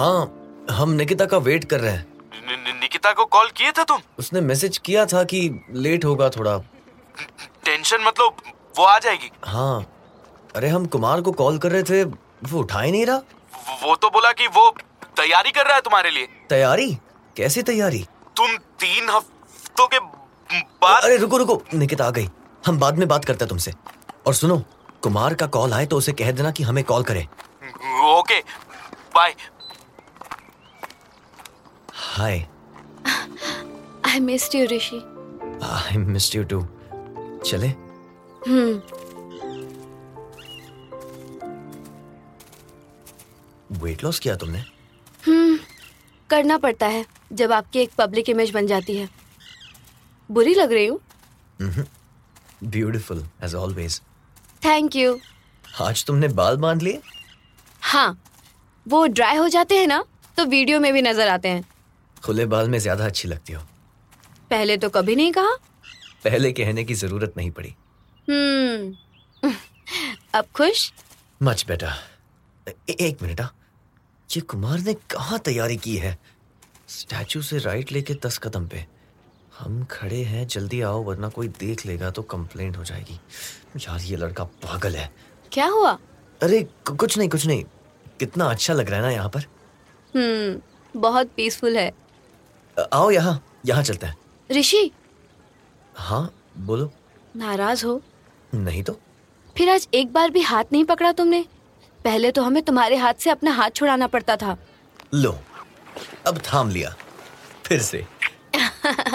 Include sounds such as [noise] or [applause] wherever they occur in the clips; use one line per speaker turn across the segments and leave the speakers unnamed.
हाँ, हम निकिता का वेट कर रहे हैं
नि- नि- निकिता को कॉल किए थे तुम
उसने मैसेज किया था कि लेट होगा थोड़ा
टेंशन मतलब वो आ जाएगी
हाँ अरे हम कुमार को कॉल कर रहे थे वो उठा ही नहीं रहा
वो- वो तो बोला कि वो तैयारी कर रहा है तुम्हारे लिए
तैयारी कैसी तैयारी
तुम तीन हफ्तों के बाद
अरे रुको रुको निकिता आ गई हम बाद में बात करते हैं तुमसे और सुनो कुमार का कॉल आए तो उसे कह देना कि हमें कॉल करे
okay bye
hi
I missed you Rishi
I miss you too चले
हम्म,
वेट लॉस किया तुमने
करना पड़ता है जब आपकी एक पब्लिक इमेज बन जाती है बुरी लग रही हूँ
beautiful as always
thank you
आज तुमने बाल बांध लिए
हाँ वो ड्राई हो जाते हैं ना तो वीडियो में भी नजर आते हैं
खुले बाल में ज्यादा अच्छी लगती हो
पहले तो कभी नहीं कहा
पहले कहने की जरूरत नहीं पड़ी
हम्म अब खुश
मच बेटा एक मिनट हाँ। ये कुमार ने कहाँ तैयारी की है स्टैचू से राइट लेके दस कदम पे हम खड़े हैं जल्दी आओ वरना कोई देख लेगा तो कंप्लेंट हो जाएगी यार ये लड़का पागल है
क्या हुआ
अरे कु- कुछ नहीं कुछ नहीं कितना अच्छा लग रहा है ना यहाँ पर
हम्म बहुत पीसफुल है
अ, आओ यहाँ यहाँ चलते हैं
ऋषि
हाँ बोलो
नाराज हो
नहीं तो
फिर आज एक बार भी हाथ नहीं पकड़ा तुमने पहले तो हमें तुम्हारे हाथ से अपना हाथ छुड़ाना पड़ता था
लो अब थाम लिया फिर से [laughs]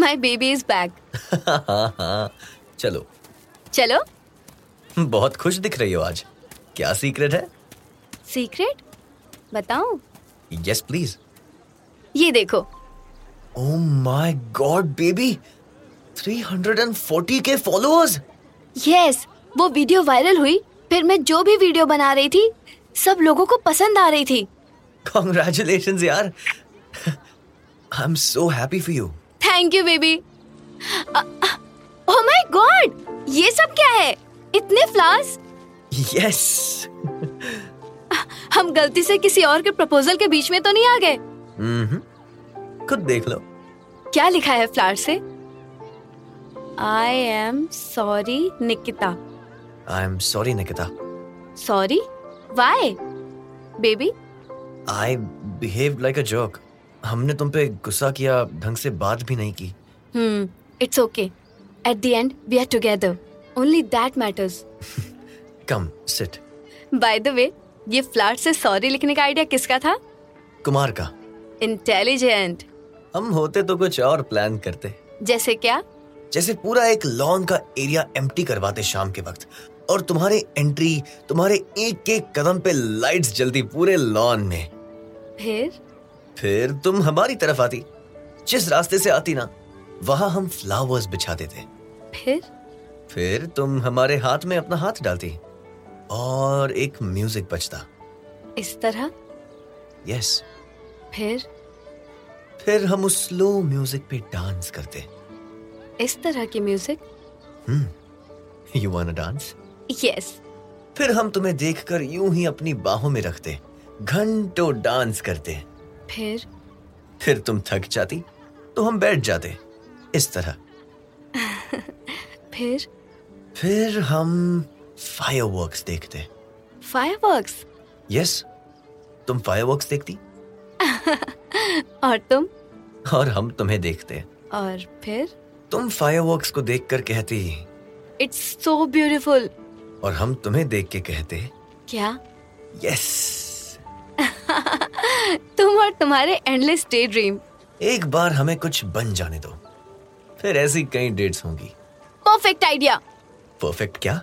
माई बेबी इज बैक
हाँ हाँ चलो
चलो
बहुत खुश दिख रही हो आज क्या सीक्रेट है
सीक्रेट बताऊं
यस प्लीज
ये देखो
ओ माय गॉड बेबी 340 के फॉलोअर्स
यस वो वीडियो वायरल हुई फिर मैं जो भी वीडियो बना रही थी सब लोगों को पसंद आ रही थी
कांग्रेचुलेशंस यार [laughs] आई am so happy for you
thank you baby oh my god oh ये सब क्या है इतने फ्लावर्स
यस
हम गलती से किसी और के प्रपोजल के बीच में तो नहीं आ गए
Mm-hmm. खुद देख लो
क्या लिखा है फ्लावर से I am sorry Nikita
I am sorry Nikita
sorry why baby
I behave like a joke हमने तुम पे गुस्सा किया ढंग से बात भी नहीं की
hmm it's okay at the end we are together only that matters
come sit
by the way ये फ्लावर से सॉरी लिखने का आइडिया किसका था
कुमार का
इंटेलिजेंट
हम होते तो कुछ और प्लान करते
जैसे क्या
जैसे पूरा एक लॉन का एरिया एम्प्टी करवाते शाम के वक्त और तुम्हारे एंट्री तुम्हारे एक एक कदम पे लाइट्स जलती पूरे लॉन में
फिर
फिर तुम हमारी तरफ आती जिस रास्ते से आती ना वहां हम फ्लावर्स बिछा देते
फिर
फिर तुम हमारे हाथ में अपना हाथ डालती और एक म्यूजिक बजता
इस तरह
यस
फिर
फिर हम उस स्लो म्यूजिक पे डांस करते
इस तरह की music
you want dance
yes
फिर हम तुम्हें देखकर यूं ही अपनी बाहों में रखते घंटों डांस करते
फिर
फिर तुम थक जाती तो हम बैठ जाते इस तरह
फिर
फिर हम फायरवर्क्स देखते
फायरवर्क्स
यस तुम फायरवर्क्स देखती
और तुम
और हम तुम्हें देखते
और फिर
तुम फायरवर्क्स को देखकर कहती
इट्स सो ब्यूटीफुल
और हम तुम्हें देख के कहते
क्या
यस
तुम और तुम्हारे एंडलेस डे ड्रीम
एक बार हमें कुछ बन जाने दो फिर ऐसी कई डेट्स होंगी
परफेक्ट आइडिया
परफेक्ट क्या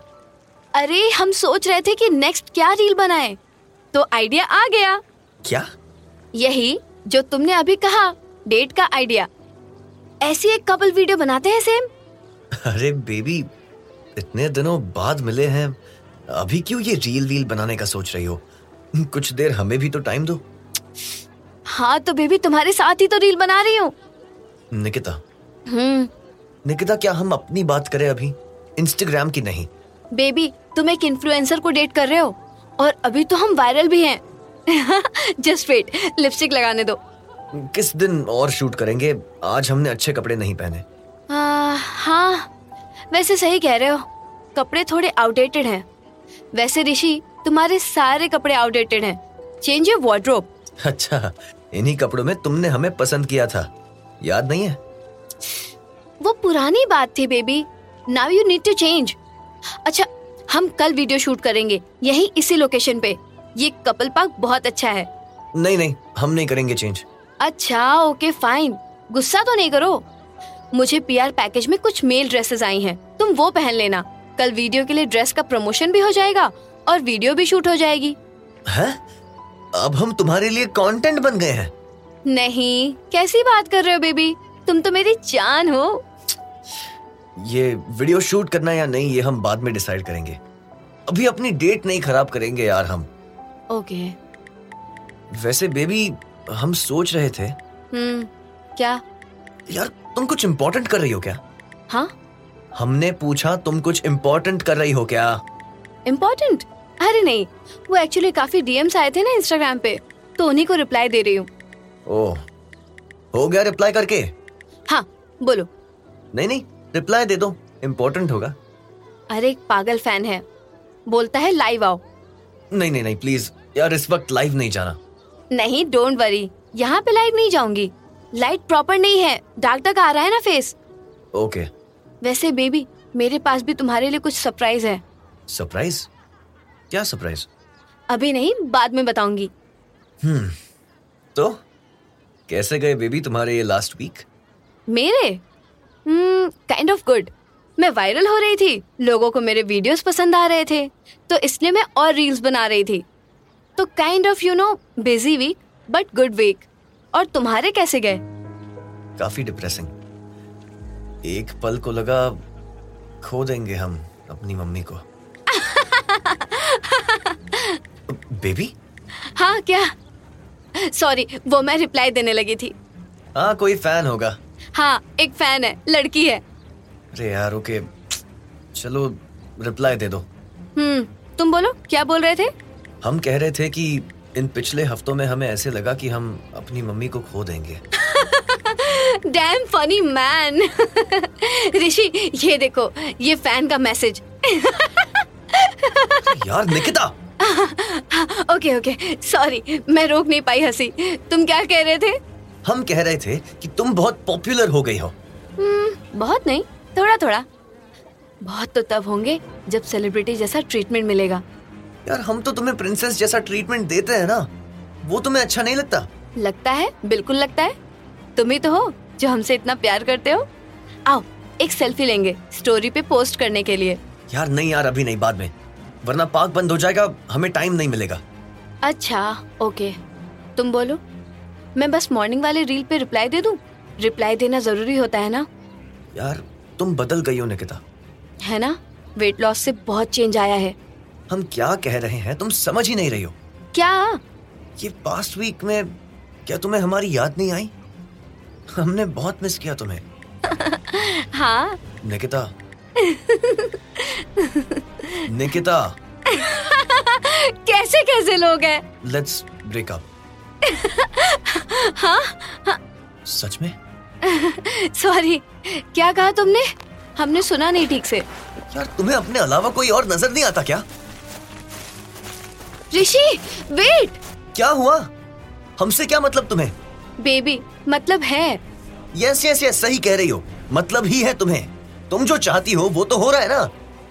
अरे हम सोच रहे थे कि नेक्स्ट क्या रील बनाएं तो आइडिया आ गया
क्या
यही जो तुमने अभी कहा डेट का आइडिया ऐसी एक कपल वीडियो बनाते हैं सेम
अरे बेबी इतने दिनों बाद मिले हैं अभी क्यों ये रील वील बनाने का सोच रही हो कुछ देर हमें भी तो टाइम दो
हाँ तो बेबी तुम्हारे साथ ही तो रील बना रही हूँ
निकिता
हम्म
निकिता क्या हम अपनी बात करें अभी इंस्टाग्राम की नहीं
बेबी तुम एक इन्फ्लुएंसर को डेट कर रहे हो और अभी तो हम वायरल भी हैं [laughs] जस्ट वेट लिपस्टिक लगाने दो
किस दिन और शूट करेंगे आज हमने अच्छे कपड़े नहीं पहने
आ, हाँ वैसे सही कह रहे हो कपड़े थोड़े आउटडेटेड हैं वैसे ऋषि तुम्हारे सारे कपड़े आउटडेटेड हैं चेंज योर वार्ड्रोब
अच्छा इन्हीं कपड़ों में तुमने हमें पसंद किया था याद नहीं है
वो पुरानी बात थी baby now you need to change अच्छा हम कल वीडियो शूट करेंगे यही इसी लोकेशन पे ये कपल पार्क बहुत अच्छा है
नहीं नहीं हम नहीं करेंगे चेंज
अच्छा ओके फाइन गुस्सा तो नहीं करो मुझे पीआर पैकेज में कुछ मेल ड्रेसेस आई हैं तुम वो पहन लेना कल वीडियो के लिए ड्रेस का प्रमोशन भी हो जाएगा और वीडियो भी शूट हो जाएगी
है अब हम तुम्हारे लिए कंटेंट बन गए हैं
नहीं कैसी बात कर रहे हो बेबी तुम तो मेरी जान हो
ये वीडियो शूट करना या नहीं ये हम बाद में डिसाइड करेंगे अभी अपनी डेट नहीं खराब करेंगे यार हम
ओके
वैसे बेबी हम सोच रहे थे
हम्म क्या
यार तुम कुछ इम्पोर्टेंट कर रही हो क्या
हाँ
हमने पूछा तुम कुछ इम्पोर्टेंट कर रही हो क्या
इम्पोर्टेंट अरे नहीं वो एक्चुअली काफी डीएम्स आए थे ना इंस्टाग्राम पे तो उन्हीं को रिप्लाई दे रही हूँ
ओह हो गया रिप्लाई करके
हाँ बोलो
नहीं नहीं रिप्लाई दे दो इम्पोर्टेंट होगा
अरे एक पागल फैन है बोलता है लाइव आओ
नहीं नहीं नहीं प्लीज यार इस वक्त लाइव नहीं जाना
नहीं डोंट वरी यहाँ पे लाइट नहीं जाऊंगी लाइट प्रॉपर नहीं है डार्क डार्क आ रहा है ना फेस
ओके
वैसे बेबी मेरे पास भी तुम्हारे लिए कुछ सरप्राइज है
सरप्राइज क्या सरप्राइज
अभी नहीं बाद में बताऊंगी
तो कैसे गए बेबी तुम्हारे ये लास्ट वीक
मेरे Hmm, काइंड ऑफ गुड मैं वायरल हो रही थी लोगों को मेरे वीडियोस पसंद आ रहे थे तो इसलिए मैं और रील्स बना रही थी तो kind of you know busy week but good week और तुम्हारे कैसे गए
काफी डिप्रेसिंग एक पल को लगा खो देंगे हम अपनी मम्मी को बेबी
हाँ क्या सॉरी वो मैं रिप्लाई देने लगी थी
हाँ कोई फैन होगा
हाँ एक फैन है लड़की है
अरे यार ओके चलो रिप्लाई दे दो
हम्म तुम बोलो क्या बोल रहे थे
हम कह रहे थे कि इन पिछले हफ्तों में हमें ऐसे लगा कि हम अपनी मम्मी को खो देंगे
डैम फनी मैन [laughs] ऋषि ये देखो ये फैन का मैसेज
यार निकिता
ओके ओके सॉरी मैं रोक नहीं पाई हंसी तुम क्या कह रहे थे
हम कह रहे थे कि तुम बहुत पॉपुलर हो गई हो
हम्म, बहुत नहीं थोड़ा थोड़ा बहुत तो तब होंगे जब सेलिब्रिटी जैसा ट्रीटमेंट मिलेगा
यार हम तो तुम्हें प्रिंसेस जैसा ट्रीटमेंट देते हैं ना वो तुम्हें अच्छा नहीं लगता
लगता है बिल्कुल लगता है तुम ही तो हो जो हमसे इतना प्यार करते हो आओ एक सेल्फी लेंगे स्टोरी पे पोस्ट करने के लिए
यार नहीं यार अभी नहीं बाद में वरना पार्क बंद हो जाएगा हमें टाइम नहीं मिलेगा
अच्छा ओके तुम बोलो मैं बस मॉर्निंग वाले रील पे रिप्लाई दे दूं रिप्लाई देना जरूरी होता है ना
यार तुम बदल गई हो निकिता
है ना वेट लॉस से बहुत चेंज आया है
हम क्या कह रहे हैं तुम समझ ही नहीं रही हो
क्या
ये पास्ट वीक में क्या तुम्हें हमारी याद नहीं आई हमने बहुत मिस किया तुम्हें
हाँ
निकिता निकिता
कैसे कैसे लोग हैं
लेट्स ब्रेक अप सच में
सॉरी क्या कहा तुमने हमने सुना नहीं ठीक से
यार तुम्हें अपने अलावा कोई और नजर नहीं आता क्या
ऋषि वेट
क्या हुआ हमसे क्या मतलब तुम्हें
बेबी मतलब है
यस यस यस सही कह रही हो मतलब ही है तुम्हें तुम जो चाहती हो वो तो हो रहा है ना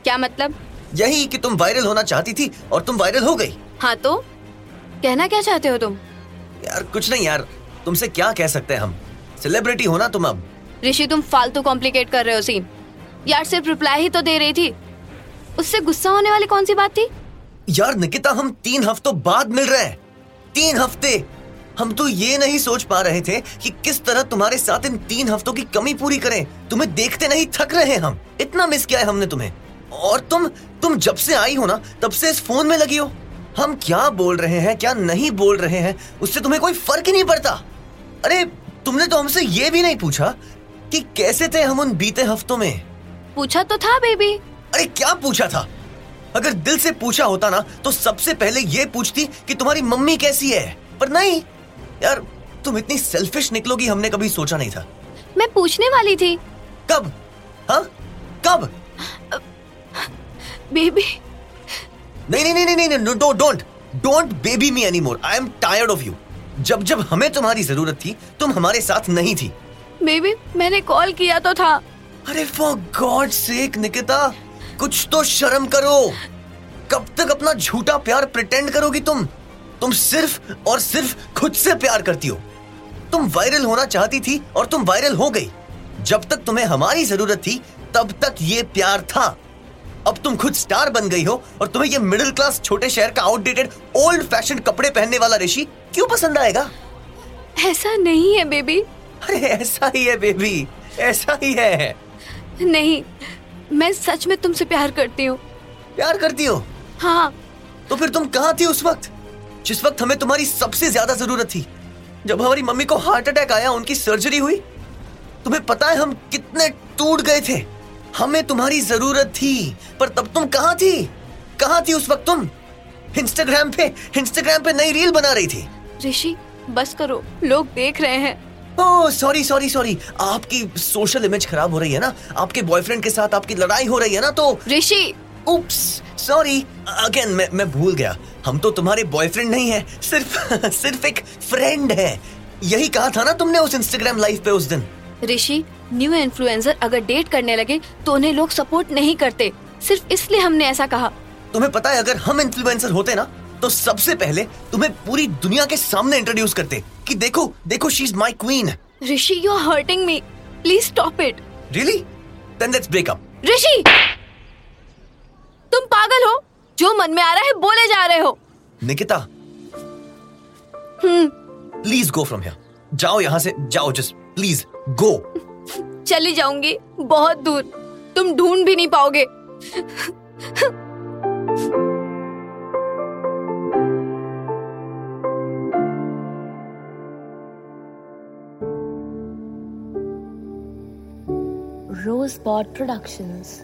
क्या मतलब
यही कि तुम वायरल होना चाहती थी और तुम वायरल हो गई
हाँ तो कहना क्या चाहते हो तुम
यार कुछ नहीं यार तुमसे क्या कह सकते हैं हम सेलिब्रिटी हो ना तुम अब
ऋषि तुम फालतू कॉम्प्लिकेट कर रहे हो सीन यार सिर्फ रिप्लाई ही तो दे रही थी उससे गुस्सा होने वाली कौन सी बात थी
यार निकिता हम तीन हफ्तों बाद मिल रहे हैं तीन हफ्ते हम तो ये नहीं सोच पा रहे थे कि किस तरह तुम्हारे साथ इन तीन हफ्तों की कमी पूरी करें तुम्हें देखते नहीं थक रहे हैं हम इतना मिस किया है हमने तुम्हें और तुम तुम जब से आई हो ना तब से इस फोन में लगी हो हम क्या बोल रहे हैं क्या नहीं बोल रहे हैं उससे तुम्हें कोई फर्क ही नहीं पड़ता अरे तुमने तो हमसे ये भी नहीं पूछा कि कैसे थे हम उन बीते हफ्तों में
पूछा तो था बेबी
अरे क्या पूछा था अगर दिल से पूछा होता ना तो सबसे पहले ये पूछती कि तुम्हारी मम्मी कैसी है पर नहीं यार तुम इतनी सेल्फिश निकलोगी हमने कभी सोचा नहीं था
मैं पूछने वाली थी
कब हाँ कब
बेबी
नहीं नहीं नहीं नहीं नहीं don't don't don't baby me anymore I am tired of you जब जब हमें तुम्हारी जरूरत थी तुम हमारे साथ नहीं थी
बेबी मैंने कॉल किया तो था
अरे फॉर गॉड सेक निकिता कुछ तो शर्म करो कब तक अपना झूठा प्यार प्रिटेंड करोगी तुम तुम सिर्फ और सिर्फ खुद से प्यार करती हो तुम वायरल होना चाहती थी और तुम वायरल हो गई जब तक तुम्हें हमारी जरूरत थी तब तक ये प्यार था अब तुम खुद स्टार बन गई हो और तुम्हें ये मिडिल क्लास छोटे शहर का आउटडेटेड ओल्ड फैशन कपड़े पहनने वाला ऋषि क्यों पसंद आएगा
ऐसा नहीं है बेबी
अरे ऐसा ही है बेबी ऐसा ही है
नहीं मैं सच में तुमसे प्यार करती हूँ
प्यार करती हो
हाँ
तो फिर तुम कहाँ थी उस वक्त जिस वक्त हमें तुम्हारी सबसे ज्यादा जरूरत थी जब हमारी मम्मी को हार्ट अटैक आया उनकी सर्जरी हुई तुम्हें पता है हम कितने टूट गए थे हमें तुम्हारी जरूरत थी पर तब तुम कहाँ थी कहाँ थी उस वक्त तुम इंस्टाग्राम पे इंस्टाग्राम पे नई रील बना रही थी
ऋषि बस करो लोग देख रहे हैं
ओह सॉरी सॉरी सॉरी आपकी सोशल इमेज खराब हो रही है ना आपके बॉयफ्रेंड के साथ आपकी लड़ाई हो रही है ना तो
ऋषि
उप्स सॉरी अगेन मैं मैं भूल गया हम तो तुम्हारे बॉयफ्रेंड नहीं है सिर्फ [laughs] सिर्फ एक फ्रेंड है यही कहा था ना तुमने उस इंस्टाग्राम लाइव पे उस दिन
ऋषि न्यू इन्फ्लुएंसर अगर डेट करने लगे तो उन्हें लोग सपोर्ट नहीं करते सिर्फ इसलिए हमने ऐसा कहा
तुम्हें पता है अगर हम इन्फ्लुएंसर होते ना तो सबसे पहले तुम्हें पूरी दुनिया के सामने इंट्रोड्यूस करते कि देखो देखो she is my queen
Rishi you are hurting me please stop it
really then let's break up
Rishi तुम पागल हो जो मन में आ रहा है बोले जा रहे हो
Nikita please go from here जाओ यहाँ से जाओ जस्ट प्लीज गो
चली जाऊंगी बहुत दूर तुम ढूंढ भी नहीं पाओगे
Rosebud Productions.